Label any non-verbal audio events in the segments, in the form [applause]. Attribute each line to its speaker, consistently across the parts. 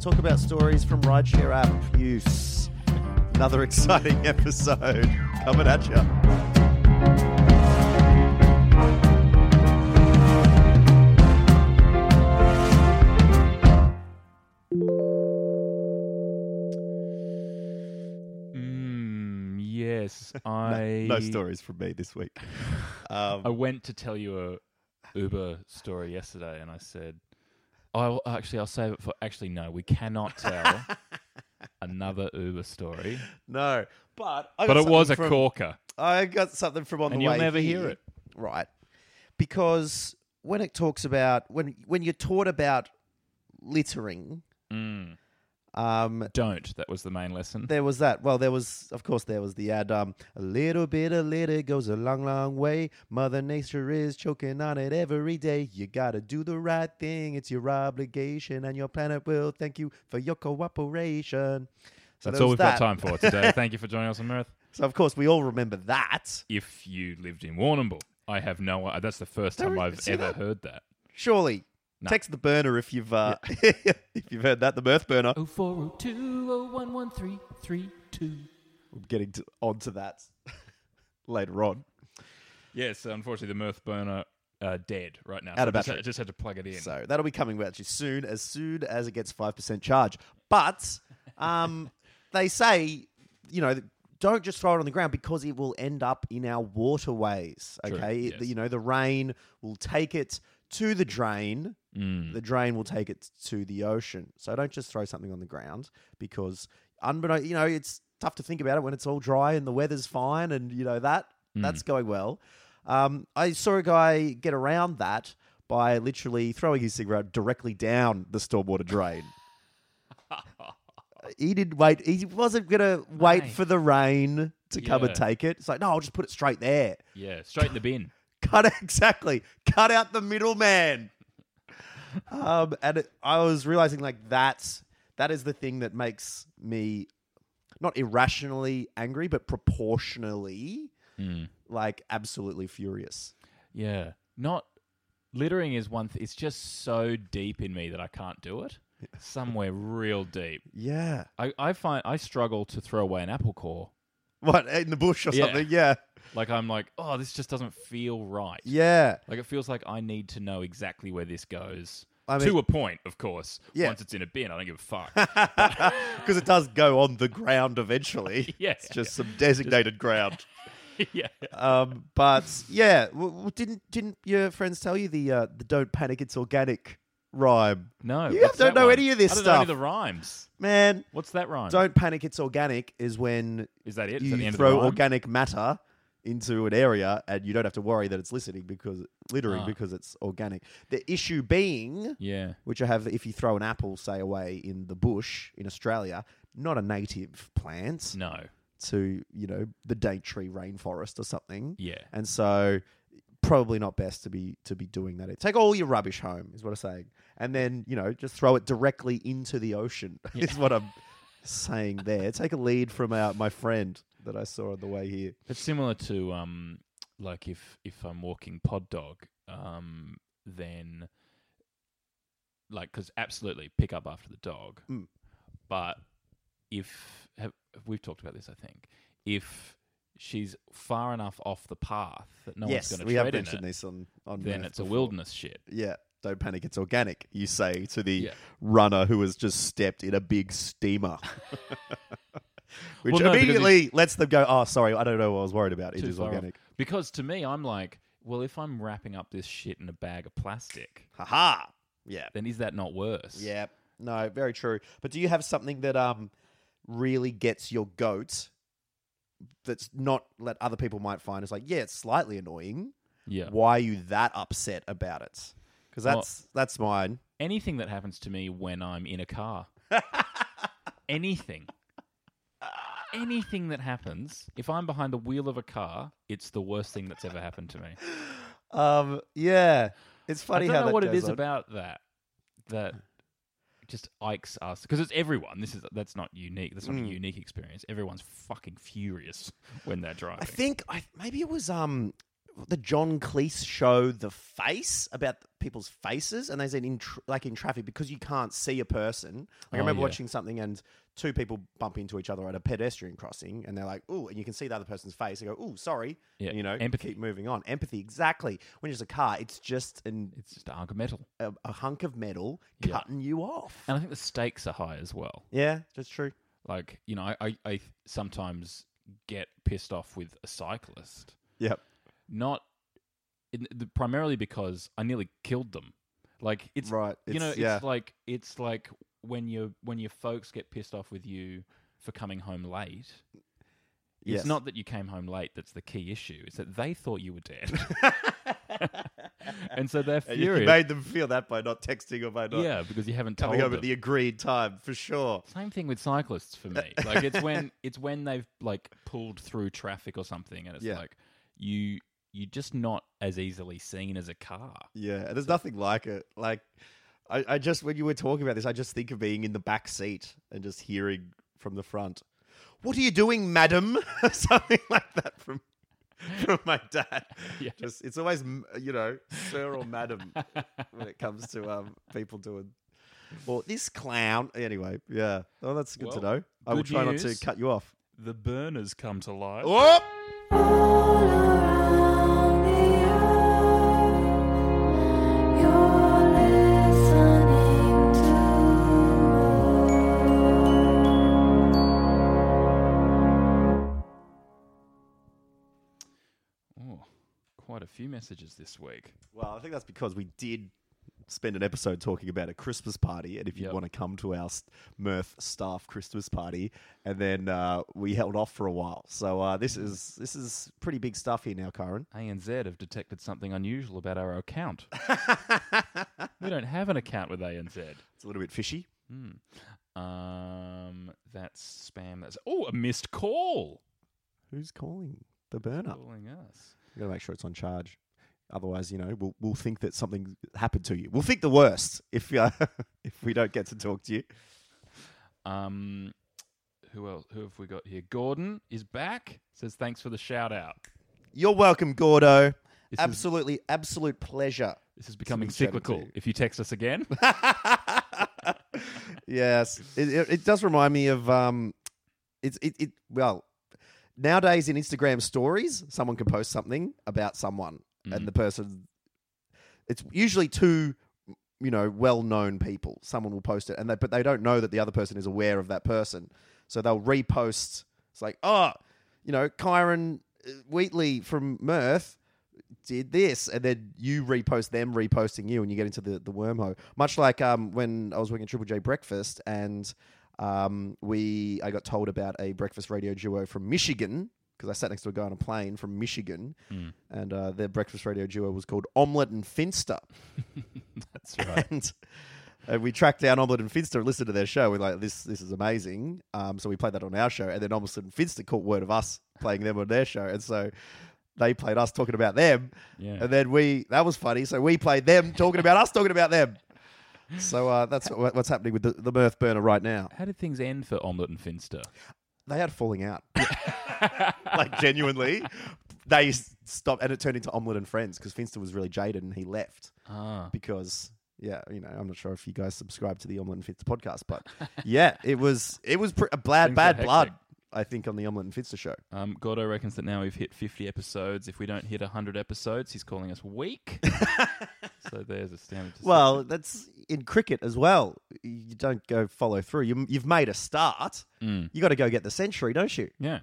Speaker 1: talk about stories from rideshare app use. Another exciting [laughs] episode coming at you.
Speaker 2: Mm, yes, I.
Speaker 1: [laughs] No stories from me this week. Um,
Speaker 2: [laughs] I went to tell you a Uber story yesterday, and I said, "I'll actually I'll save it for." Actually, no, we cannot
Speaker 1: [laughs]
Speaker 2: tell another Uber story.
Speaker 1: no, but I got
Speaker 2: But it was a
Speaker 1: something from-
Speaker 2: corker.
Speaker 1: I got something from on
Speaker 2: And
Speaker 1: the
Speaker 2: you'll
Speaker 1: way
Speaker 2: never hear
Speaker 1: here.
Speaker 2: it.
Speaker 1: right? Because when it talks about when when you're taught about littering,
Speaker 2: Mm.
Speaker 1: um,
Speaker 2: Don't. That was the main lesson.
Speaker 1: there was that. Well, there was, of course, there was the ad. Um, a little bit of litter goes a long, long way. Mother Nature is choking on it every day. You gotta do the right thing. It's your obligation, and your planet will thank you for your cooperation. So
Speaker 2: That's
Speaker 1: there
Speaker 2: all
Speaker 1: was
Speaker 2: we've
Speaker 1: that.
Speaker 2: got time
Speaker 1: [laughs]
Speaker 2: for today. Thank you for joining us on Earth.
Speaker 1: So of course, we all remember that.
Speaker 2: If you lived in Warrnambool, I have no. i- That's the first
Speaker 1: There
Speaker 2: time
Speaker 1: is-
Speaker 2: I've
Speaker 1: see
Speaker 2: ever
Speaker 1: that?
Speaker 2: heard that.
Speaker 1: Surely,
Speaker 2: No.
Speaker 1: text the burner if you've uh, [laughs] if you've heard that. The mirth burner.
Speaker 2: Oh,
Speaker 3: 0402011332.
Speaker 1: I'm getting to, onto that [laughs] later on.
Speaker 2: Yes, unfortunately, the Mirth burner uh, dead right now.
Speaker 1: Out of
Speaker 2: I just
Speaker 1: battery.
Speaker 2: had- I just had to plug it in.
Speaker 1: So that'll be coming at you soon, as soon as it gets five percent charge. But um, they say, you know, don't just throw it on the ground because it will end up in our waterways.
Speaker 2: True,
Speaker 1: Okay, It-
Speaker 2: yes.
Speaker 1: you know, the rain will take it to the drain.
Speaker 2: Mm.
Speaker 1: The drain will take it to the ocean. So don't just throw something on the ground because unbeknownst, you know, it's tough to think about it when it's all dry and the weather's fine and you know that
Speaker 2: Mm.
Speaker 1: that's going well. Um, I saw a guy get around that by literally throwing his cigarette directly down the stormwater drain. he didn't wait. He wasn't gonna wait
Speaker 2: Mate.
Speaker 1: for the rain to come and
Speaker 2: Yeah.
Speaker 1: take it. It's like, no, I'll just put it straight there. [laughs]
Speaker 2: Yeah, straight in the bin.
Speaker 1: Cut exactly. Cut out the middleman. um, and it, I was realizing like that's that is the thing that makes me not irrationally angry, but proportionally
Speaker 2: Hmm.
Speaker 1: like absolutely furious.
Speaker 2: Yeah. Not littering is one thing. It's just so deep in me that I can't
Speaker 1: [laughs]
Speaker 2: do it. Somewhere real deep.
Speaker 1: Yeah.
Speaker 2: I, I find I struggle to throw away an apple core.
Speaker 1: What in the bush or
Speaker 2: Yeah.
Speaker 1: something? Yeah.
Speaker 2: Like I'm like, oh, this just doesn't feel right.
Speaker 1: Yeah. [laughs]
Speaker 2: Like it feels like I need to know exactly where this goes.
Speaker 1: I mean-
Speaker 2: to a point, of course.
Speaker 1: Yeah.
Speaker 2: Once it's in a bin, I don't give a
Speaker 1: [laughs]
Speaker 2: fuck. [laughs]
Speaker 1: Because it does go on the ground eventually.
Speaker 2: [laughs] Yeah.
Speaker 1: It's just some designated ground.
Speaker 2: yeah.
Speaker 1: Um, but yeah, w- w- didn't didn't your friends tell you the uh, the don't panic it's organic rhyme?
Speaker 2: No.
Speaker 1: You
Speaker 2: what's
Speaker 1: don't
Speaker 2: that
Speaker 1: know
Speaker 2: one?
Speaker 1: any of this
Speaker 2: I don't know any
Speaker 1: stuff.
Speaker 2: of the rhymes.
Speaker 1: Man,
Speaker 2: What's that rhyme?
Speaker 1: don't panic it's organic is when
Speaker 2: Is that it? Is that the
Speaker 1: you
Speaker 2: end of the
Speaker 1: throw
Speaker 2: rhyme?
Speaker 1: organic matter into an area and you don't have to worry that it's littering because littering
Speaker 2: Ah.
Speaker 1: because it's organic. The issue being
Speaker 2: Yeah.
Speaker 1: which I have if you throw an apple, say, away in the bush in Australia, not a native plant
Speaker 2: No.
Speaker 1: to, you know, the Daintree rainforest or something.
Speaker 2: Yeah.
Speaker 1: And so probably not best to be to be doing that. Take all your rubbish home is what I'm saying. And then, you know, just throw it directly into the ocean [laughs] is what I'm saying there. Take a lead from our, my friend that I saw on the way here.
Speaker 2: It's similar to um, like if if I'm walking pod dog, um, then like because absolutely pick up after the dog,
Speaker 1: Mm.
Speaker 2: but if have, we've talked about this, I think if she's far enough off the path that no
Speaker 1: yes,
Speaker 2: one's going
Speaker 1: we
Speaker 2: to
Speaker 1: have
Speaker 2: tread in
Speaker 1: mentioned
Speaker 2: it,
Speaker 1: this on, on
Speaker 2: then
Speaker 1: Earth
Speaker 2: it's a
Speaker 1: before.
Speaker 2: wilderness shit.
Speaker 1: Yeah, don't panic, it's organic, you say to the
Speaker 2: Yeah.
Speaker 1: runner who has just stepped in a big
Speaker 2: [laughs]
Speaker 1: steamer. Which
Speaker 2: Well, no, because
Speaker 1: immediately lets them go, oh, sorry, I don't know what I was worried about. It
Speaker 2: Too
Speaker 1: is
Speaker 2: far off.
Speaker 1: organic.
Speaker 2: Because to me, I'm like, well, if I'm wrapping up this shit in a bag of plastic,
Speaker 1: Haha. Yeah.
Speaker 2: then is that not worse?
Speaker 1: Yeah. No, very true. But do you have something that um really gets your goat that's not that other people might find is like, yeah, it's slightly annoying.
Speaker 2: yeah.
Speaker 1: Why are you that upset about it? Because
Speaker 2: Well-
Speaker 1: that's that's mine.
Speaker 2: anything that happens to me when I'm in a car. anything. Anything that happens, if I'm behind the wheel of a car, it's the worst thing that's ever happened to me.
Speaker 1: Um, yeah. It's funny
Speaker 2: I don't
Speaker 1: how
Speaker 2: know
Speaker 1: that
Speaker 2: what it
Speaker 1: goes
Speaker 2: is
Speaker 1: on.
Speaker 2: about that that just Ike's us because it's everyone. This is that's not unique. That's not a unique [laughs] experience. Everyone's fucking furious when they're driving.
Speaker 1: I think I maybe it was um the John Cleese show, The Face, about people's faces, and they said in tr- like in traffic because you can't see a person. Like I
Speaker 2: Oh,
Speaker 1: remember
Speaker 2: yeah.
Speaker 1: watching something and two people bump into each other at a pedestrian crossing, and they're like, "Ooh," and you can see the other person's face. They go, "Ooh, sorry,"
Speaker 2: Yeah,
Speaker 1: and, you know,
Speaker 2: empathy.
Speaker 1: keep moving on. Empathy, exactly. When it's a car, it's just an,
Speaker 2: It's just a hunk of metal.
Speaker 1: a, a hunk of metal
Speaker 2: Yeah.
Speaker 1: cutting you off.
Speaker 2: And I think the stakes are high as well.
Speaker 1: Yeah, that's true.
Speaker 2: Like, you know, I, I, I sometimes get pissed off with a cyclist,
Speaker 1: Yep.
Speaker 2: not in, the, primarily because I nearly killed them. Like, it's
Speaker 1: right.
Speaker 2: you know,
Speaker 1: It's-
Speaker 2: it's like it's like when your when your folks get pissed off with you for coming home late.
Speaker 1: Yes.
Speaker 2: It's not that you came home late that's the key issue. It's that they thought you
Speaker 1: [laughs]
Speaker 2: were dead, and so they're
Speaker 1: And you
Speaker 2: furious.
Speaker 1: made them feel that by not texting or by not
Speaker 2: yeah, because you haven't told
Speaker 1: coming home
Speaker 2: them.
Speaker 1: at the agreed time, for sure.
Speaker 2: Same thing with cyclists
Speaker 1: [laughs]
Speaker 2: for me. Like it's when it's when they've like pulled through traffic or something, and it's
Speaker 1: Yeah.
Speaker 2: like you you're just not as easily seen as a car.
Speaker 1: Yeah, and there's nothing like it. Like, I, I just when you were talking about this, I just think of being in the back seat and just hearing from the front, "What are you doing, madam?" [laughs] Something like that from from my dad.
Speaker 2: [laughs] Yeah.
Speaker 1: Just it's always m- you know, sir or madam when it comes to um people doing. Well, this clown. Anyway, yeah. Oh, that's good to
Speaker 2: Well,
Speaker 1: know. I will
Speaker 2: good
Speaker 1: try not
Speaker 2: news.
Speaker 1: to cut you off.
Speaker 2: The burners come to life.
Speaker 1: Oh!
Speaker 2: Oh, quite a few messages this week.
Speaker 1: Well, I think that's because we did spend an episode talking about a Christmas party, and if you
Speaker 2: Yep.
Speaker 1: want to come to our s- Mirth staff Christmas party, and then uh, we held off for a while. So uh,
Speaker 2: Mm.
Speaker 1: this is this is pretty big stuff here now, Kyron.
Speaker 2: ANZ have detected something unusual about our [laughs] account. we don't have an account with ANZ.
Speaker 1: It's a little bit fishy.
Speaker 2: Hmm. Um, that's spam. That's oh, a missed call.
Speaker 1: Who's calling the burner?
Speaker 2: Calling us.
Speaker 1: You got to make sure it's on charge. Otherwise, you know, we'll we'll think that something happened to you. We'll think the worst if uh, [laughs] if we don't get to talk to you.
Speaker 2: Um, who else? Who have we got here? Gordon is back. Says thanks for the shout out.
Speaker 1: You're welcome, Gordo.
Speaker 2: This is-
Speaker 1: Absolutely, absolute pleasure.
Speaker 2: This is becoming
Speaker 1: been chatting to
Speaker 2: cyclical.
Speaker 1: you.
Speaker 2: If you text us again,
Speaker 1: yes, it, it, it does remind me of um, it's it, it well nowadays in Instagram stories, someone can post something about someone, and the person, it's usually two, you know, well-known people. Someone will post it, and they but they don't know that the other person is aware of that person, so they'll repost. It's like, oh, you know, Kyron uh, Wheatley from Mirth did this and then you repost them reposting you and you get into the, the wormhole much like um, when i was working at triple j breakfast and um, we i got told about a breakfast radio duo from michigan because i sat next to a guy on a plane from michigan and uh, their breakfast radio duo was called omelette and finster
Speaker 2: [laughs] that's
Speaker 1: [laughs]
Speaker 2: right.
Speaker 1: and uh, we tracked down Omelette and Finster and listened to their show. We're like, this this is amazing. Um, so we played that on our show, and then Omelette and Finster caught word of us playing them on their show, and so they played us talking about them,
Speaker 2: Yeah.
Speaker 1: and then we that was funny. So we played them talking about us talking about them. So uh, that's what, what's happening with the, the Mirth Burner right now.
Speaker 2: How did things end for Omelette and Finster?
Speaker 1: They had a falling out, like genuinely. They s- stopped, and it turned into Omelette and Friends because Finster was really jaded and he left.
Speaker 2: Ah,
Speaker 1: because yeah, you know, I'm not sure if you guys subscribe to the Omelette and Fitz podcast, but
Speaker 2: [laughs]
Speaker 1: yeah, it was it was pr- a bad
Speaker 2: Things
Speaker 1: bad
Speaker 2: got
Speaker 1: blood.
Speaker 2: hectic.
Speaker 1: I think on the Omelette and Fitz show.
Speaker 2: um, Gordo reckons that now we've hit 50 episodes. If we don't hit 100 episodes, he's calling us weak. so there's a standard. to set.
Speaker 1: Well, that's in cricket as well. You don't go follow through. You, you've made a start.
Speaker 2: Mm.
Speaker 1: You got to go get the century, don't you? [laughs]
Speaker 2: yeah.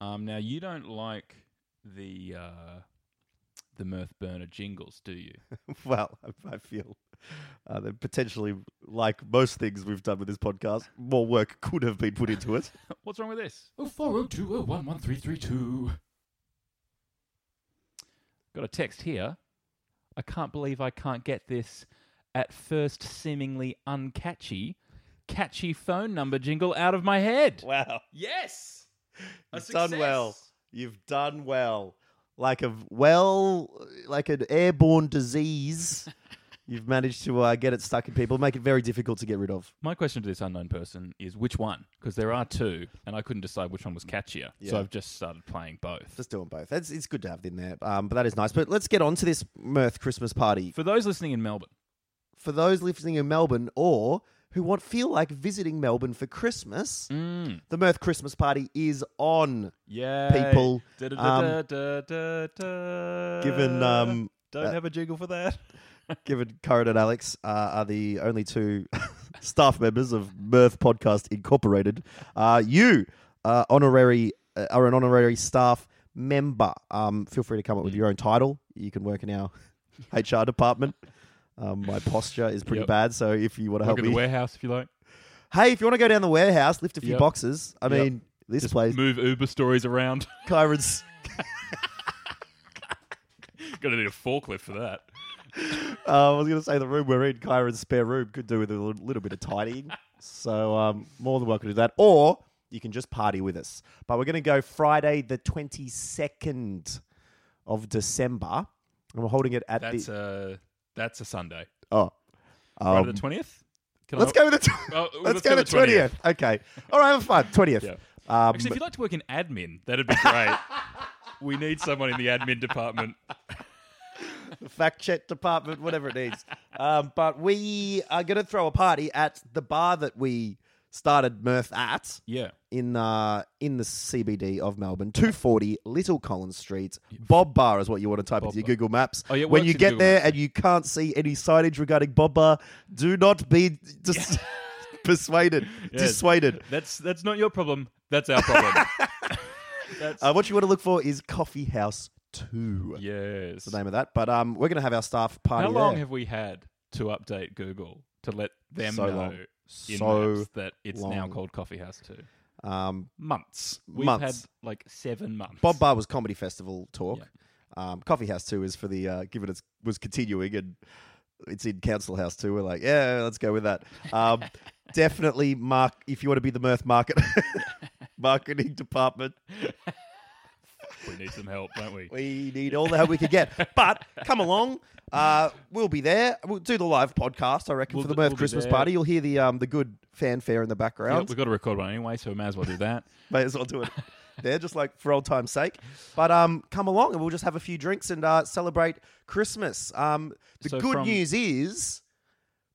Speaker 2: Um, now you don't like the uh, the Mirth Burner jingles, do you? [laughs]
Speaker 1: Well, I- I feel uh, that potentially, like most things we've done with this podcast, more work could have been put into
Speaker 2: [laughs]
Speaker 1: it.
Speaker 2: What's wrong with this? Oh four oh two oh one one three three two. Got a text here. I can't believe I can't get this at first seemingly uncatchy, catchy phone number jingle out of my head.
Speaker 1: Wow.
Speaker 2: Yes. A
Speaker 1: You've done well.
Speaker 2: success.
Speaker 1: You've done
Speaker 2: [laughs]
Speaker 1: well. Like a well, like an airborne disease You've managed to uh, get it stuck in people, make it very difficult to get rid of.
Speaker 2: My question to this unknown person is which one? Because there are two, and I couldn't decide which one was catchier.
Speaker 1: Yeah.
Speaker 2: So I've just started playing both.
Speaker 1: Just doing both. That's, it's good to have it in there, um, but that is nice. But let's get on to this Mirth Christmas party.
Speaker 2: For those listening in Melbourne,
Speaker 1: For those listening in Melbourne or who want feel like visiting Melbourne for Christmas,
Speaker 2: mm,
Speaker 1: the Mirth Christmas party is on.
Speaker 2: yeah,
Speaker 1: People, um, Given
Speaker 2: given
Speaker 1: um,
Speaker 2: don't
Speaker 1: uh,
Speaker 2: have a jiggle for that.
Speaker 1: given Corin and Alex uh, are the only two [laughs] staff members of Mirth Podcast Incorporated. Uh, you uh, honorary uh, are an honorary staff member. Um, feel free to come up
Speaker 2: Mm.
Speaker 1: with your own title. You can work in
Speaker 2: [laughs]
Speaker 1: our HR department. Um, my posture is pretty
Speaker 2: Yep.
Speaker 1: bad, so if you want to help
Speaker 2: Look at the
Speaker 1: me,
Speaker 2: warehouse if you like.
Speaker 1: hey, if you want to go down the warehouse, lift a few
Speaker 2: Yep.
Speaker 1: boxes. I
Speaker 2: Yep.
Speaker 1: mean, this
Speaker 2: Just
Speaker 1: place,
Speaker 2: move Uber stories around. [laughs]
Speaker 1: Kyron's.
Speaker 2: Gonna need a forklift for that.
Speaker 1: Uh, I was going to say the room we're in, Kyron's spare room, could do with a little, little bit of tidying. so um, more than welcome to do that. Or you can just party with us. But we're going to go Friday, the 22nd of December. And we're holding it at
Speaker 2: That's
Speaker 1: the.
Speaker 2: a that's a Sunday.
Speaker 1: oh.
Speaker 2: Friday
Speaker 1: Um,
Speaker 2: the twentieth.
Speaker 1: let's go with the. Tw- [laughs]
Speaker 2: Oh,
Speaker 1: let's, go with the 20th. Okay. All right, have fun. 20th.
Speaker 2: Yeah.
Speaker 1: Um,
Speaker 2: Actually, if you'd like to work in admin, that'd be
Speaker 1: [laughs]
Speaker 2: great. we need someone in the admin department.
Speaker 1: [laughs] fact check department, whatever it needs. Um, but we are going to throw a party at the bar that we started Mirth at.
Speaker 2: Yeah.
Speaker 1: in uh in the CBD of Melbourne, two forty Little Collins Street. Bob Bar is what you want to type into your
Speaker 2: Bar.
Speaker 1: Google Maps.
Speaker 2: Oh, yeah, it
Speaker 1: when
Speaker 2: works
Speaker 1: you
Speaker 2: in
Speaker 1: get
Speaker 2: Google
Speaker 1: there and you can't see any signage regarding Bob Bar, do not
Speaker 2: [laughs]
Speaker 1: be dis- [laughs] persuaded,
Speaker 2: Yes.
Speaker 1: dissuaded.
Speaker 2: That's that's not your problem. That's our
Speaker 1: [laughs]
Speaker 2: problem. that's
Speaker 1: Uh, what you want to look for is Coffee House Two.
Speaker 2: yes.
Speaker 1: That's the name of that. But um, we're gonna have our staff party.
Speaker 2: How long
Speaker 1: there.
Speaker 2: have we had to update Google to let them
Speaker 1: So
Speaker 2: know
Speaker 1: long.
Speaker 2: in
Speaker 1: so
Speaker 2: Maps that it's now
Speaker 1: long.
Speaker 2: called Coffee House Two?
Speaker 1: um,
Speaker 2: Months. We've
Speaker 1: Months.
Speaker 2: had like seven months.
Speaker 1: Bob Bar was comedy festival talk. Um, Coffee House Two is for the uh, given it was continuing and it's in Council House Two. We're like, yeah, let's go with that. Um,
Speaker 2: [laughs]
Speaker 1: definitely, Mark, if you want to be the Mirth Market marketing department,
Speaker 2: we need some help, don't
Speaker 1: [laughs]
Speaker 2: we?
Speaker 1: we need all the help we can get. But come along, uh, we'll be there. We'll do the live podcast, I reckon,
Speaker 2: We'll
Speaker 1: for the
Speaker 2: d-
Speaker 1: Mirth
Speaker 2: we'll be
Speaker 1: Christmas
Speaker 2: there.
Speaker 1: party. You'll hear the um, the good fanfare in the
Speaker 2: Yeah,
Speaker 1: background.
Speaker 2: we've got to record one anyway, so we may as well do that.
Speaker 1: May as well do it there, just like for old time's sake. But um, come along and we'll just have a few drinks and uh, celebrate Christmas. Um, the
Speaker 2: So
Speaker 1: good
Speaker 2: from-
Speaker 1: news is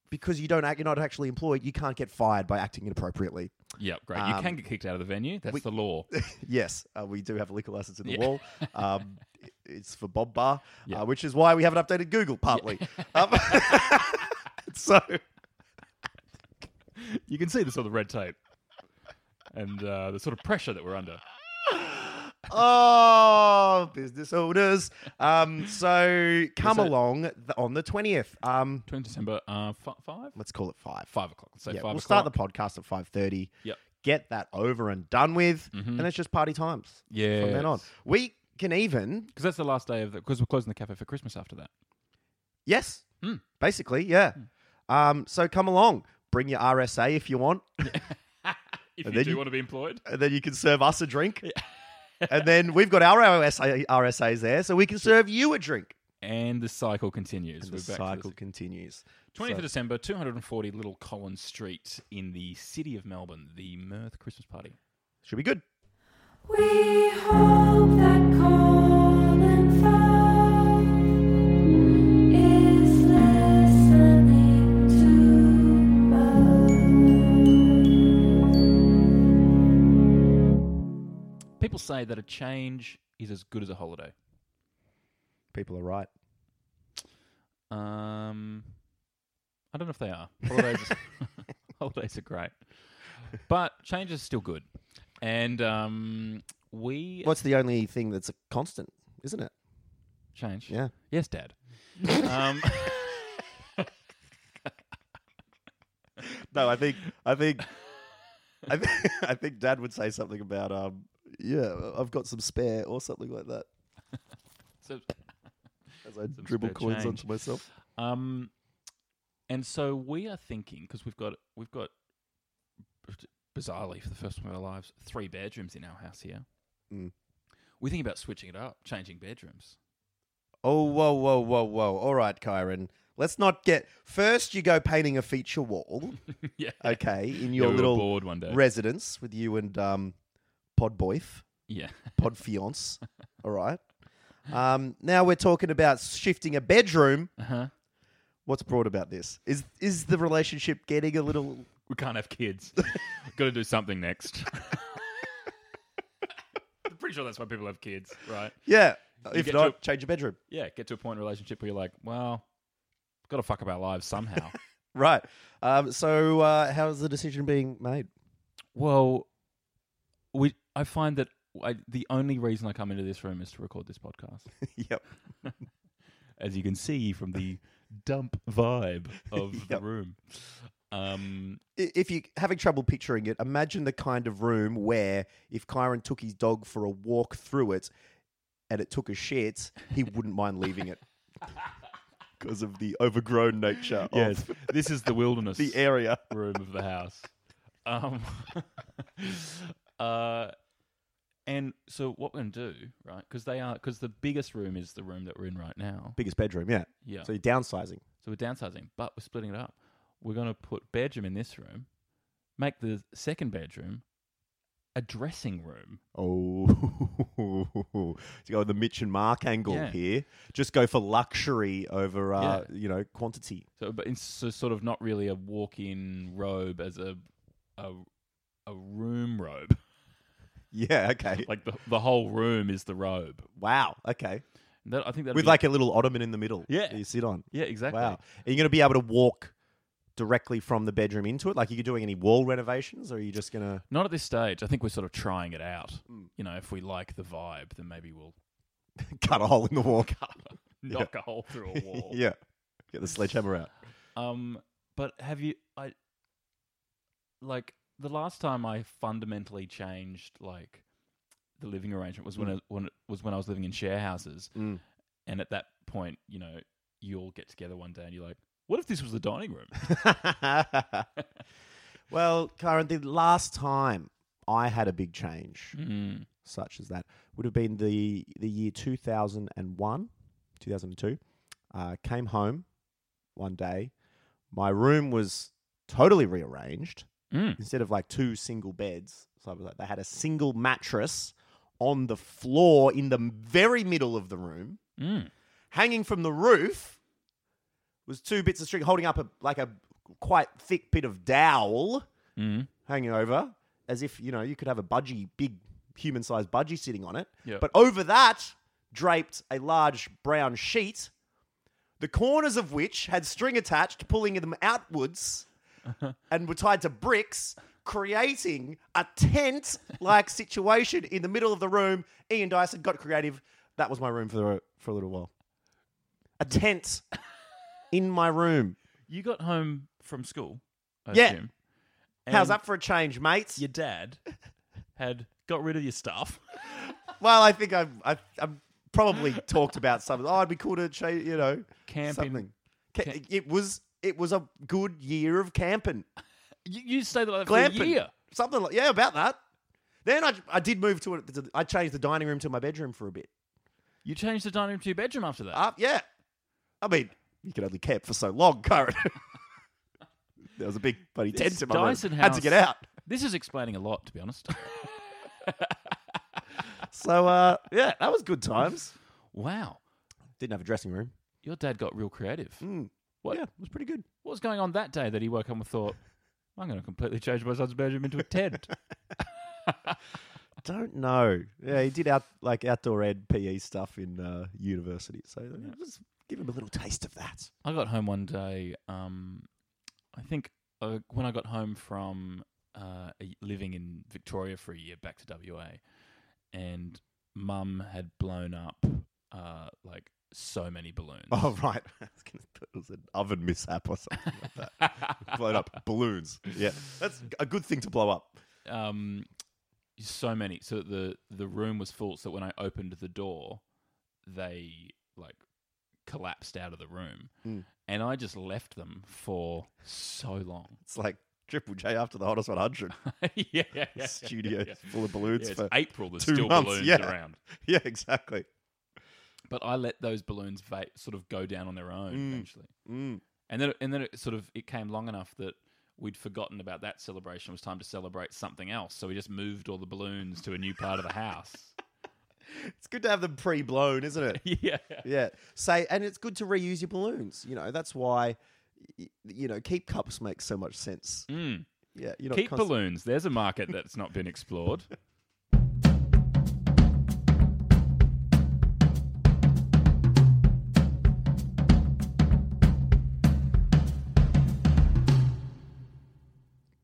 Speaker 1: because you don't act, you're not actually employed, you can't get fired by acting inappropriately.
Speaker 2: yeah, great. you
Speaker 1: Um,
Speaker 2: can get kicked out of the venue. That's
Speaker 1: we-
Speaker 2: the
Speaker 1: [laughs]
Speaker 2: law.
Speaker 1: yes, uh, we do have a liquor license in the
Speaker 2: Yeah.
Speaker 1: wall. Um, i- it's for Bob Bar,
Speaker 2: Yeah.
Speaker 1: uh, which is why we haven't updated Google partly.
Speaker 2: [laughs]
Speaker 1: um, [laughs] so
Speaker 2: You can see the sort of red tape and uh, the sort of pressure that we're under.
Speaker 1: oh, business owners. Um, so come
Speaker 2: So-
Speaker 1: along th- on the twentieth. Um,
Speaker 2: 20 December, uh, f- five?
Speaker 1: let's call it five.
Speaker 2: Five o'clock. Let's say
Speaker 1: yeah,
Speaker 2: 5
Speaker 1: we'll
Speaker 2: o'clock.
Speaker 1: start the podcast at five thirty.
Speaker 2: Yep.
Speaker 1: Get that over and done with,
Speaker 2: Mm-hmm.
Speaker 1: and it's just party times
Speaker 2: yeah.
Speaker 1: from then on. We can even
Speaker 2: Because that's the last day of the. Because we're closing the cafe for Christmas after that.
Speaker 1: yes,
Speaker 2: Hmm.
Speaker 1: basically yeah. Um, so come along, bring your RSA if you want, [laughs] And
Speaker 2: If you
Speaker 1: then
Speaker 2: do
Speaker 1: you-
Speaker 2: want to be employed.
Speaker 1: and then you can serve us a drink, and then we've got our RSA, RSA's there, so we can serve you a drink.
Speaker 2: And the cycle continues.
Speaker 1: And
Speaker 2: We're
Speaker 1: the
Speaker 2: back
Speaker 1: cycle
Speaker 2: To
Speaker 1: continues.
Speaker 2: the 20th
Speaker 1: So-
Speaker 2: of December, 240 Little Collins Street in the city of Melbourne, the Mirth Christmas party.
Speaker 1: should be good.
Speaker 3: We hope that Colin Farr is listening to
Speaker 2: People say that a change is as good as a holiday.
Speaker 1: People are right.
Speaker 2: Um, I don't know if
Speaker 1: [laughs]
Speaker 2: they are. [laughs] Holidays, holidays are great, but change is still good. And um, we
Speaker 1: What's the only thing that's a constant, isn't it?
Speaker 2: change?
Speaker 1: Yeah. [laughs]
Speaker 2: Yes, Dad. um, [laughs]
Speaker 1: No, I think I think I think [laughs] I think Dad would say something about um yeah, I've got some spare or something like that
Speaker 2: so,
Speaker 1: as I
Speaker 2: Some
Speaker 1: dribble
Speaker 2: spare
Speaker 1: coins
Speaker 2: change.
Speaker 1: onto myself.
Speaker 2: um, and so we are thinking because we've got we've got bizarrely for the first time in our lives three bedrooms in our house here.
Speaker 1: Mm.
Speaker 2: We're thinking about switching it up, changing bedrooms.
Speaker 1: Oh whoa whoa whoa whoa! All right, Kyron, Let's not get first. You go painting a feature wall,
Speaker 2: [laughs] yeah.
Speaker 1: okay, in
Speaker 2: Yeah,
Speaker 1: your
Speaker 2: we were
Speaker 1: little
Speaker 2: bored one day.
Speaker 1: residence with you and um, Podboyf,
Speaker 2: yeah. [laughs]
Speaker 1: Podfiance. all right. Um, now we're talking about shifting a bedroom.
Speaker 2: Uh-huh.
Speaker 1: What's brought about this? Is is the relationship getting a little?
Speaker 2: We can't have
Speaker 1: [laughs]
Speaker 2: kids. Got to do something next. [laughs] I'm pretty sure that's why people have kids, right?
Speaker 1: Yeah.
Speaker 2: You
Speaker 1: if
Speaker 2: get to
Speaker 1: not,
Speaker 2: a-
Speaker 1: change your bedroom.
Speaker 2: Yeah, get to a point in a relationship where you're like, well, got to fuck up our
Speaker 1: [laughs]
Speaker 2: lives somehow.
Speaker 1: Right. Um, so uh, how's the decision being made? [laughs]
Speaker 2: well, we I find that I, the only reason I come into this room is to record
Speaker 1: [laughs]
Speaker 2: this podcast.
Speaker 1: yep.
Speaker 2: as you can see from the dump vibe
Speaker 1: [laughs]
Speaker 2: of the
Speaker 1: Yep.
Speaker 2: room. Um,
Speaker 1: i- if you having trouble picturing it, imagine the kind of room where if Kyron took his dog for a walk through it and it took a shit, [laughs] he wouldn't mind leaving it because of the overgrown nature
Speaker 2: yes,
Speaker 1: of
Speaker 2: this is the
Speaker 1: [laughs]
Speaker 2: wilderness
Speaker 1: the area.
Speaker 2: room of the house. Um, [laughs] uh, and so what we're gonna do, right? Because they are because the biggest room is the room that we're in right now.
Speaker 1: Biggest bedroom, yeah.
Speaker 2: Yeah.
Speaker 1: So
Speaker 2: So,
Speaker 1: you're downsizing.
Speaker 2: we're downsizing, but we're splitting it up. We're gonna put bedroom in this room, make the second bedroom a dressing room.
Speaker 1: Oh, [laughs] to go with the Mitch and Mark angle
Speaker 2: Yeah.
Speaker 1: here. Just go for luxury over, uh,
Speaker 2: Yeah.
Speaker 1: you know, quantity.
Speaker 2: So, but it's so sort of not really a walk-in robe as a a, a room robe.
Speaker 1: Yeah. Okay.
Speaker 2: like the the whole room is the robe.
Speaker 1: Wow. Okay.
Speaker 2: That I think that
Speaker 1: With like a little ottoman in the middle.
Speaker 2: Yeah.
Speaker 1: that you sit on.
Speaker 2: yeah, exactly.
Speaker 1: Wow. Are you going to be able to walk directly from the bedroom into it? Like, are you doing any wall renovations or are you just going to.
Speaker 2: Not at this stage. I think we're sort of trying it out.
Speaker 1: Mm.
Speaker 2: You know, if we like the vibe, then maybe we'll
Speaker 1: [laughs] Cut a hole in the wall.
Speaker 2: knock a hole through
Speaker 1: [laughs]
Speaker 2: a wall.
Speaker 1: yeah. Get the sledgehammer out.
Speaker 2: Um, but have you? I like the last time I fundamentally changed like the living arrangement was
Speaker 1: Hmm.
Speaker 2: when I, when it was when I was living in share houses,
Speaker 1: Mm.
Speaker 2: and at that point, you know, you all get together one day and you're like, "What if this was the dining
Speaker 1: [laughs]
Speaker 2: room?"
Speaker 1: well, Karen, the last time I had a big change
Speaker 2: mm.
Speaker 1: such as that would have been the, the year 2001, 2002. Uh, came home one day. My room was totally rearranged.
Speaker 2: Mm.
Speaker 1: instead of like two single beds, so I was like, they had a single mattress on the floor in the very middle of the room,
Speaker 2: Mm.
Speaker 1: hanging from the roof was two bits of string holding up a like a quite thick bit of dowel
Speaker 2: Mm.
Speaker 1: hanging over, as if you know you could have a budgie, big human sized budgie sitting on it.
Speaker 2: Yeah.
Speaker 1: But over that draped a large brown sheet, the corners of which had string attached, pulling them outwards, and were tied to bricks, creating a tent like situation in the middle of the room. Ian Dyson got creative. That was my room for the, for a little while. A tent in my room.
Speaker 2: You got home from school, I
Speaker 1: Yeah.
Speaker 2: assume,
Speaker 1: How's
Speaker 2: and
Speaker 1: that for a change, mate?
Speaker 2: Your dad had got rid of your stuff. [laughs]
Speaker 1: Well, I think I've, I've, I've probably talked about something. Oh, it'd be cool to change, you know,
Speaker 2: Camping.
Speaker 1: something. Ca-
Speaker 2: Cam-
Speaker 1: it was it was a good year of camping,
Speaker 2: You, you stayed like that for a
Speaker 1: glamping,
Speaker 2: year.
Speaker 1: something like yeah, about that. Then I, I did move to it. I changed the dining room to my bedroom for a bit.
Speaker 2: You changed the dining room to your bedroom after that.
Speaker 1: Uh, yeah, I mean you can only camp for so long, Karen. [laughs] there was a big bloody
Speaker 2: This
Speaker 1: tent in my room.
Speaker 2: Dyson
Speaker 1: Had to
Speaker 2: house-
Speaker 1: get out.
Speaker 2: This is explaining a lot, to
Speaker 1: [laughs]
Speaker 2: be honest.
Speaker 1: So uh, yeah, that was good times.
Speaker 2: wow.
Speaker 1: Didn't have a dressing room.
Speaker 2: Your dad got real creative.
Speaker 1: Mm.
Speaker 2: What-
Speaker 1: Yeah, it was pretty good.
Speaker 2: What was going on that day that he woke up and thought, I'm going to completely change my son's bedroom into a tent?
Speaker 1: [laughs] Don't know. Yeah, he did out like outdoor ed PE stuff in uh, university. So just give him a little taste of
Speaker 2: [laughs]
Speaker 1: that.
Speaker 2: I got home one day. Um, I think uh, when I got home from uh, a- living in Victoria for a year back to WA, and mum had blown up uh, like so many balloons.
Speaker 1: Oh right, [laughs] I was gonna, it was an oven mishap or something like that.
Speaker 2: [laughs]
Speaker 1: Blown up balloons. Yeah, that's a good thing to blow up.
Speaker 2: um, so many. So the the room was full. So when I opened the door, they like collapsed out of the room,
Speaker 1: Mm.
Speaker 2: and I just left them for so long. [laughs]
Speaker 1: It's like Triple J after the hottest 100
Speaker 2: yeah, yeah, yeah,
Speaker 1: studios
Speaker 2: yeah.
Speaker 1: full of balloons
Speaker 2: Yeah, it's
Speaker 1: for
Speaker 2: April. There's
Speaker 1: two
Speaker 2: still
Speaker 1: months,
Speaker 2: balloons
Speaker 1: [laughs] yeah.
Speaker 2: around.
Speaker 1: yeah, exactly.
Speaker 2: But I let those balloons va- sort of go down on their own
Speaker 1: Mm.
Speaker 2: eventually.
Speaker 1: Mm.
Speaker 2: And then, it- and then it sort of it came long enough that we'd forgotten about that celebration. It was time to celebrate something else, so we just moved all the balloons to a new part of
Speaker 1: [laughs]
Speaker 2: the house.
Speaker 1: It's good to have them pre-blown, isn't
Speaker 2: [laughs]
Speaker 1: it?
Speaker 2: yeah,
Speaker 1: yeah. Say, and it's good to reuse your balloons. You know, that's why, y- you know, keep cups makes so much sense.
Speaker 2: Mm.
Speaker 1: Yeah, you know,
Speaker 2: keep balloons. There's a market that's not
Speaker 1: [laughs]
Speaker 2: been explored.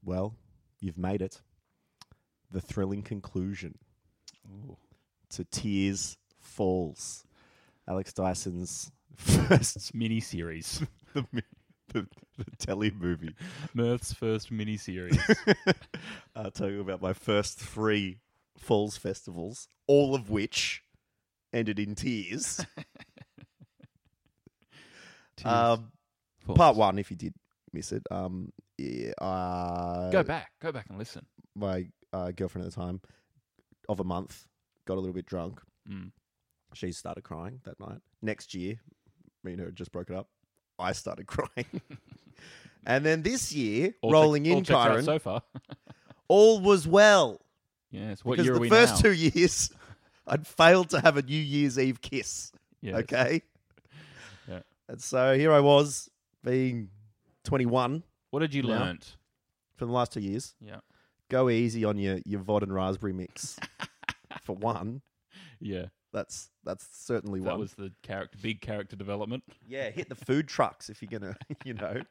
Speaker 1: Well, you've made it. The thrilling conclusion
Speaker 2: Ooh.
Speaker 1: to Tears Falls, Alex Dyson's [laughs] first
Speaker 2: Mini series,
Speaker 1: [laughs] the, the, the telly movie.
Speaker 2: Mirth's first mini series.
Speaker 1: uh, talking about my first three Falls festivals, all of which ended in tears. um, [laughs] part one, if you did miss it, um, yeah, uh,
Speaker 2: Go back, go back and listen.
Speaker 1: my uh, girlfriend at the time of a month got a little bit drunk.
Speaker 2: Mm.
Speaker 1: She started crying that night. Next year, me and her had just broke it up. I started [laughs]
Speaker 2: [laughs]
Speaker 1: crying. and then this year,
Speaker 2: All
Speaker 1: rolling
Speaker 2: check- all
Speaker 1: in,
Speaker 2: checks out
Speaker 1: Kyron,
Speaker 2: So far, [laughs]
Speaker 1: all was well.
Speaker 2: yes. What
Speaker 1: because
Speaker 2: year
Speaker 1: the
Speaker 2: are we
Speaker 1: first
Speaker 2: now?
Speaker 1: two years [laughs] I'd failed to have a New Year's Eve kiss.
Speaker 2: Yes.
Speaker 1: Okay.
Speaker 2: [laughs] Yeah.
Speaker 1: And so here I was being 21
Speaker 2: What did you
Speaker 1: Now.
Speaker 2: learnt?
Speaker 1: for the last two years.
Speaker 2: Yeah,
Speaker 1: Go easy on your your vod and raspberry
Speaker 2: [laughs]
Speaker 1: mix. for one,
Speaker 2: yeah.
Speaker 1: that's that's certainly
Speaker 2: That
Speaker 1: one.
Speaker 2: was the character, big character development.
Speaker 1: yeah, hit the food trucks if you're gonna, [laughs] you know,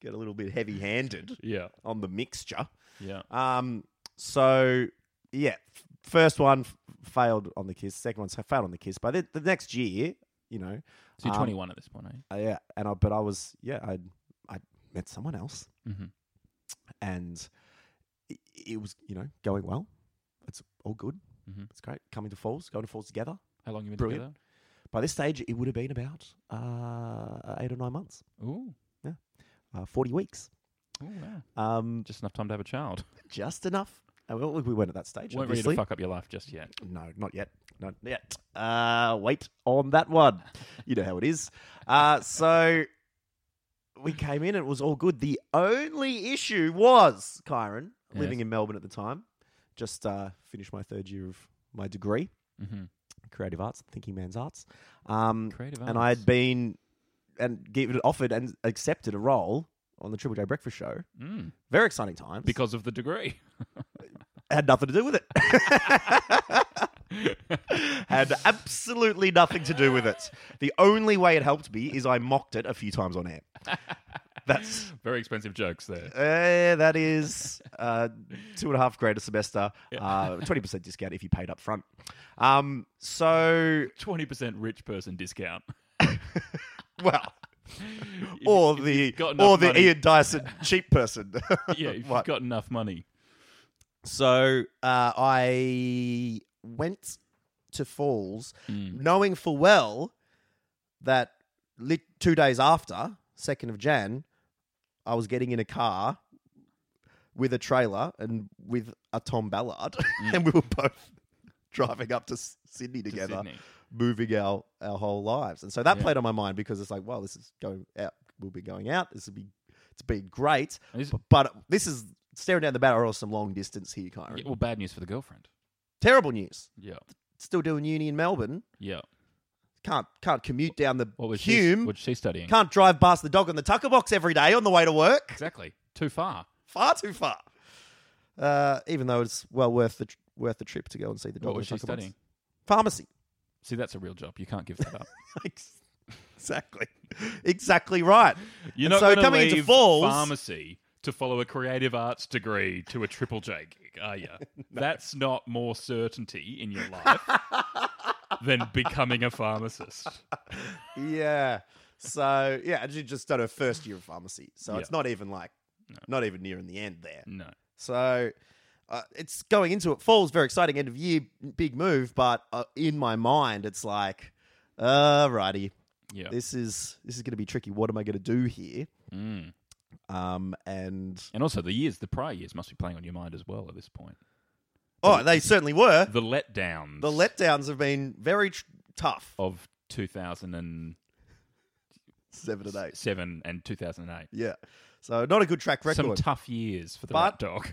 Speaker 1: get a little bit heavy handed
Speaker 2: Yeah,
Speaker 1: on the mixture.
Speaker 2: yeah.
Speaker 1: Um. So yeah, f- first one f- failed on the kiss. Second one s- failed on the kiss. But the, the next year, you know,
Speaker 2: So you're
Speaker 1: Um,
Speaker 2: 21 at this point, eh?
Speaker 1: I- yeah, and I but I was yeah I I met someone else
Speaker 2: Mhm.
Speaker 1: and it, it was you know going well. It's all good.
Speaker 2: Mhm.
Speaker 1: It's great coming to Falls, going to Falls together.
Speaker 2: How long you been
Speaker 1: Brilliant. By this stage, it would have been about uh, eight or nine months,
Speaker 2: together? Ooh,
Speaker 1: uh, forty weeks.
Speaker 2: Ooh Oh, wow.
Speaker 1: Um,
Speaker 2: Just enough time to have a child.
Speaker 1: just enough. And we we weren't at that stage.
Speaker 2: Won't ready
Speaker 1: obviously.
Speaker 2: to fuck up your life just yet.
Speaker 1: No, not yet. Not yet. Uh, wait on that one. You know how it is. Uh, so we came in, it was all good. The only issue was, Kyron, living
Speaker 2: Yes.
Speaker 1: in Melbourne at the time, just uh, finished my third year of my degree,
Speaker 2: Mm-hmm.
Speaker 1: creative arts, thinking man's arts. Um,
Speaker 2: Creative
Speaker 1: and I had been and given offered and accepted a role on the Triple J Breakfast Show.
Speaker 2: mm.
Speaker 1: Very exciting times.
Speaker 2: because of the degree. [laughs]
Speaker 1: it [laughs] had nothing to do with it. had absolutely nothing to do with it. The only way it helped me is I mocked it a few times on air. That's
Speaker 2: Very expensive jokes there.
Speaker 1: [laughs] uh, that is uh, two and a half grade a semester, uh, twenty percent discount if you paid up front. Um, so
Speaker 2: 20% rich person discount. [laughs]
Speaker 1: well,
Speaker 2: If-
Speaker 1: or
Speaker 2: if
Speaker 1: the
Speaker 2: you've got enough
Speaker 1: or the
Speaker 2: money-
Speaker 1: Ian Dyson cheap person.
Speaker 2: [laughs]
Speaker 1: [laughs]
Speaker 2: Yeah, if
Speaker 1: What?
Speaker 2: you've got enough money.
Speaker 1: So uh, I went to Falls,
Speaker 2: Mm.
Speaker 1: knowing full well that lit- two days after, 2nd of Jan, I was getting in a car with a trailer and with a Tom Ballard, [laughs] and we were both driving up to S- Sydney
Speaker 2: Mm. to
Speaker 1: together,
Speaker 2: Sydney.
Speaker 1: moving our, our whole lives. And so that
Speaker 2: Yeah.
Speaker 1: played on my mind because it's like, well, this is going out. We'll be going out. This will be, it's been great.
Speaker 2: And this-
Speaker 1: B- But this is staring down the barrel of some long distance here, Kyron.
Speaker 2: yeah, well, bad news for the girlfriend.
Speaker 1: Terrible news.
Speaker 2: Yeah.
Speaker 1: Still doing uni in Melbourne.
Speaker 2: Yeah.
Speaker 1: Can't can't commute down the
Speaker 2: What was she?
Speaker 1: Hume.
Speaker 2: What's she studying?
Speaker 1: Can't drive past the dog on the tucker box every day on the way to work.
Speaker 2: Exactly. Too far.
Speaker 1: Far too far. Uh, even though it's well worth the tr- worth the trip to go and see the dog.
Speaker 2: What
Speaker 1: on
Speaker 2: was
Speaker 1: the
Speaker 2: she
Speaker 1: tucker box.
Speaker 2: studying?
Speaker 1: Pharmacy. [laughs]
Speaker 2: See, that's a real job. You can't give that up.
Speaker 1: exactly. Exactly right.
Speaker 2: You're
Speaker 1: And
Speaker 2: not
Speaker 1: so
Speaker 2: gonna
Speaker 1: coming into
Speaker 2: leave
Speaker 1: Falls-
Speaker 2: pharmacy to follow a creative arts degree to a triple J gig,
Speaker 1: [laughs]
Speaker 2: are you? That's not more certainty in your life than becoming a pharmacist.
Speaker 1: Yeah. So yeah, and she just done her first year of pharmacy. So
Speaker 2: Yeah.
Speaker 1: it's not even like, not even near in the end there.
Speaker 2: No.
Speaker 1: So uh, it's going into it. Fall's very exciting end of year, big move. But uh, in my mind, it's like, alrighty,
Speaker 2: Yeah.
Speaker 1: this is this is going to be tricky. What am I going to do here?
Speaker 2: Mm.
Speaker 1: Um, and
Speaker 2: And also the years, the prior years must be playing on your mind as well at this point.
Speaker 1: oh, they certainly were.
Speaker 2: The letdowns
Speaker 1: The letdowns have been very tr- tough.
Speaker 2: of 2007
Speaker 1: seven and eight.
Speaker 2: and 2008.
Speaker 1: Yeah. So not a good track record.
Speaker 2: Some tough years for the
Speaker 1: But- [laughs]
Speaker 2: Rat Dog.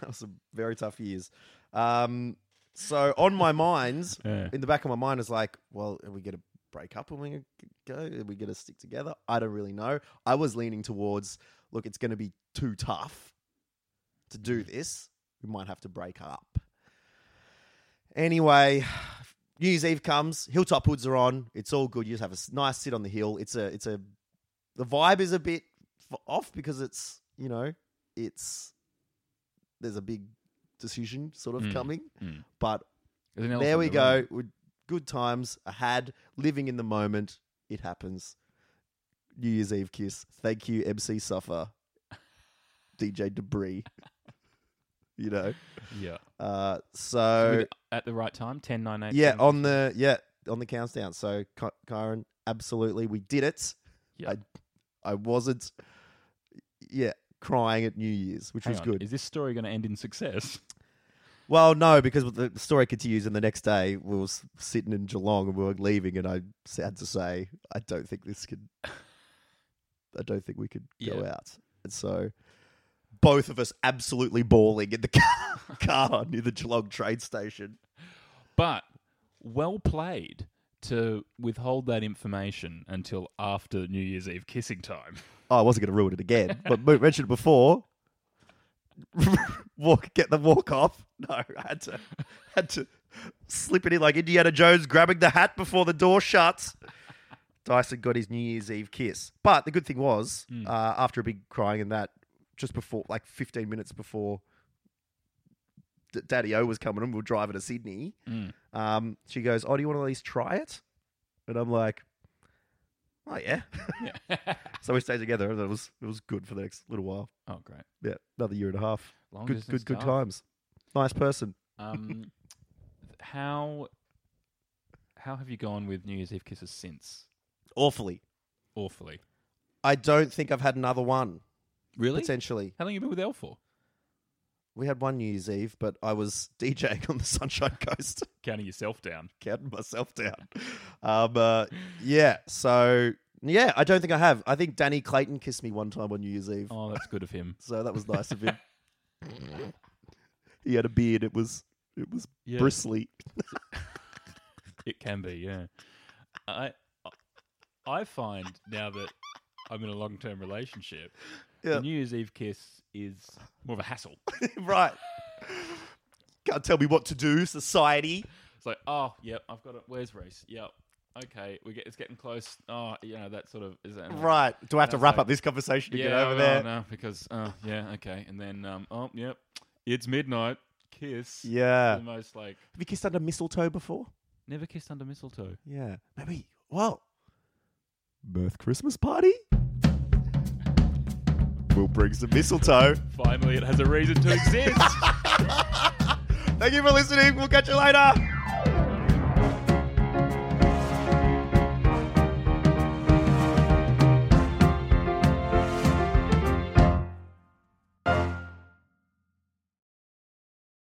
Speaker 1: that was some very tough years. Um, so on my minds,
Speaker 2: Yeah.
Speaker 1: in the back of my mind is like, well, are we going to break up when we go? Are we going to stick together? I don't really know. I was leaning towards, look, it's going to be too tough to do this. We might have to break up. Anyway, New Year's Eve comes. Hilltop hoods are on. It's all good. You just have a s- nice sit on the hill. It's a, it's a, the vibe is a bit f- off because it's, you know, it's, there's a big decision sort of
Speaker 2: Mm,
Speaker 1: coming,
Speaker 2: mm.
Speaker 1: but
Speaker 2: There's an
Speaker 1: there
Speaker 2: elephant
Speaker 1: we
Speaker 2: in the room.
Speaker 1: go. We're- Good times I had. Living in the moment. It happens. New Year's Eve kiss. Thank you, MC
Speaker 2: [laughs]
Speaker 1: Suffer, DJ Debris. you know.
Speaker 2: Yeah.
Speaker 1: Uh, so
Speaker 2: With- at the right time, 10, 9, 8.
Speaker 1: yeah, on the yeah on the countdown. So Ky- Kyron, absolutely, we did it.
Speaker 2: Yeah.
Speaker 1: I wasn't. Yeah, crying at New Year's, which was good.
Speaker 2: Is this story going to end in success?
Speaker 1: Well, no, because the story continues, and the next day we were s- sitting in Geelong and we were leaving, and I sad to say, I don't think this could, I don't think we could go
Speaker 2: Yeah.
Speaker 1: out, and so both of us absolutely bawling in the [laughs] car, car near the Geelong train station.
Speaker 2: But well played to withhold that information until after New Year's Eve kissing time.
Speaker 1: Oh, I wasn't going to ruin it again, but we mentioned it before. [laughs] walk, get the walk off. No, I had to, had to slip it in like Indiana Jones grabbing the hat before the door shuts. Dyson got his New Year's Eve kiss, but the good thing was, uh, after a big crying and that, just before, like fifteen minutes before, D- Daddy O was coming and we were driving to Sydney. Um, she goes, "Oh, do you want to at least try it?" And I'm like, "Oh yeah." [laughs] So we stayed together, and it was it was good for the next little while.
Speaker 2: [laughs] oh, great.
Speaker 1: Yeah, another year and a half.
Speaker 2: Long
Speaker 1: Good,
Speaker 2: distance
Speaker 1: good, good
Speaker 2: love.
Speaker 1: times. Nice person.
Speaker 2: Um, how how have you gone with New Year's Eve kisses since?
Speaker 1: Awfully.
Speaker 2: Awfully.
Speaker 1: I don't think I've had another one.
Speaker 2: Really?
Speaker 1: Potentially,
Speaker 2: How long you been with Elle for?
Speaker 1: we had one New Year's Eve, but I was [laughs] DJing on the Sunshine Coast, [laughs]
Speaker 2: Counting yourself down.
Speaker 1: counting myself down. Um, uh, yeah. So yeah, I don't think I have. I think Danny Clayton kissed me one time on New Year's Eve,
Speaker 2: Oh, that's good of him.
Speaker 1: so that was nice of
Speaker 2: [laughs]
Speaker 1: him. he had a beard. It was it was
Speaker 2: Yeah.
Speaker 1: bristly.
Speaker 2: It can be, yeah. I I find now that I'm in a long term relationship,
Speaker 1: Yeah.
Speaker 2: the New Year's Eve kiss is more of a hassle.
Speaker 1: right. Can't tell me what to do, society.
Speaker 2: It's like, oh, yep, I've got it. Where's Reese? Yep. Okay, we get it's getting close. Oh, you know that sort of is that
Speaker 1: Right. Do I have to
Speaker 2: That's
Speaker 1: wrap
Speaker 2: like-
Speaker 1: up this conversation to
Speaker 2: Yeah,
Speaker 1: get over
Speaker 2: oh,
Speaker 1: there?
Speaker 2: no, because oh, yeah, okay, and then um, oh, yep, it's midnight. Kiss.
Speaker 1: Yeah.
Speaker 2: the most like
Speaker 1: Have you kissed under mistletoe before?
Speaker 2: never kissed under mistletoe.
Speaker 1: Yeah. Maybe. Well, birth Christmas party? We'll bring some mistletoe.
Speaker 2: Finally, it has a reason to exist.
Speaker 1: Thank you for listening. We'll catch you later.